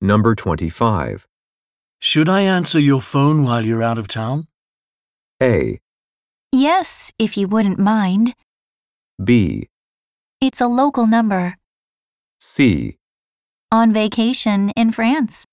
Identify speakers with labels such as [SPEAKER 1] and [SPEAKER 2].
[SPEAKER 1] Number 25.
[SPEAKER 2] Should I answer your phone while you're out of town?
[SPEAKER 1] A.
[SPEAKER 3] Yes, if you wouldn't mind.
[SPEAKER 1] B.
[SPEAKER 3] It's a local number.
[SPEAKER 1] C.
[SPEAKER 3] On vacation in France.